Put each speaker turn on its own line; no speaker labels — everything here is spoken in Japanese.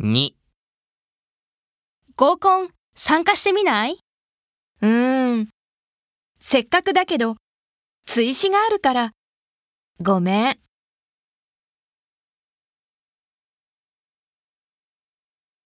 2
合コン参加してみないう
ーん。せっかくだけど、追試があるから。ごめん。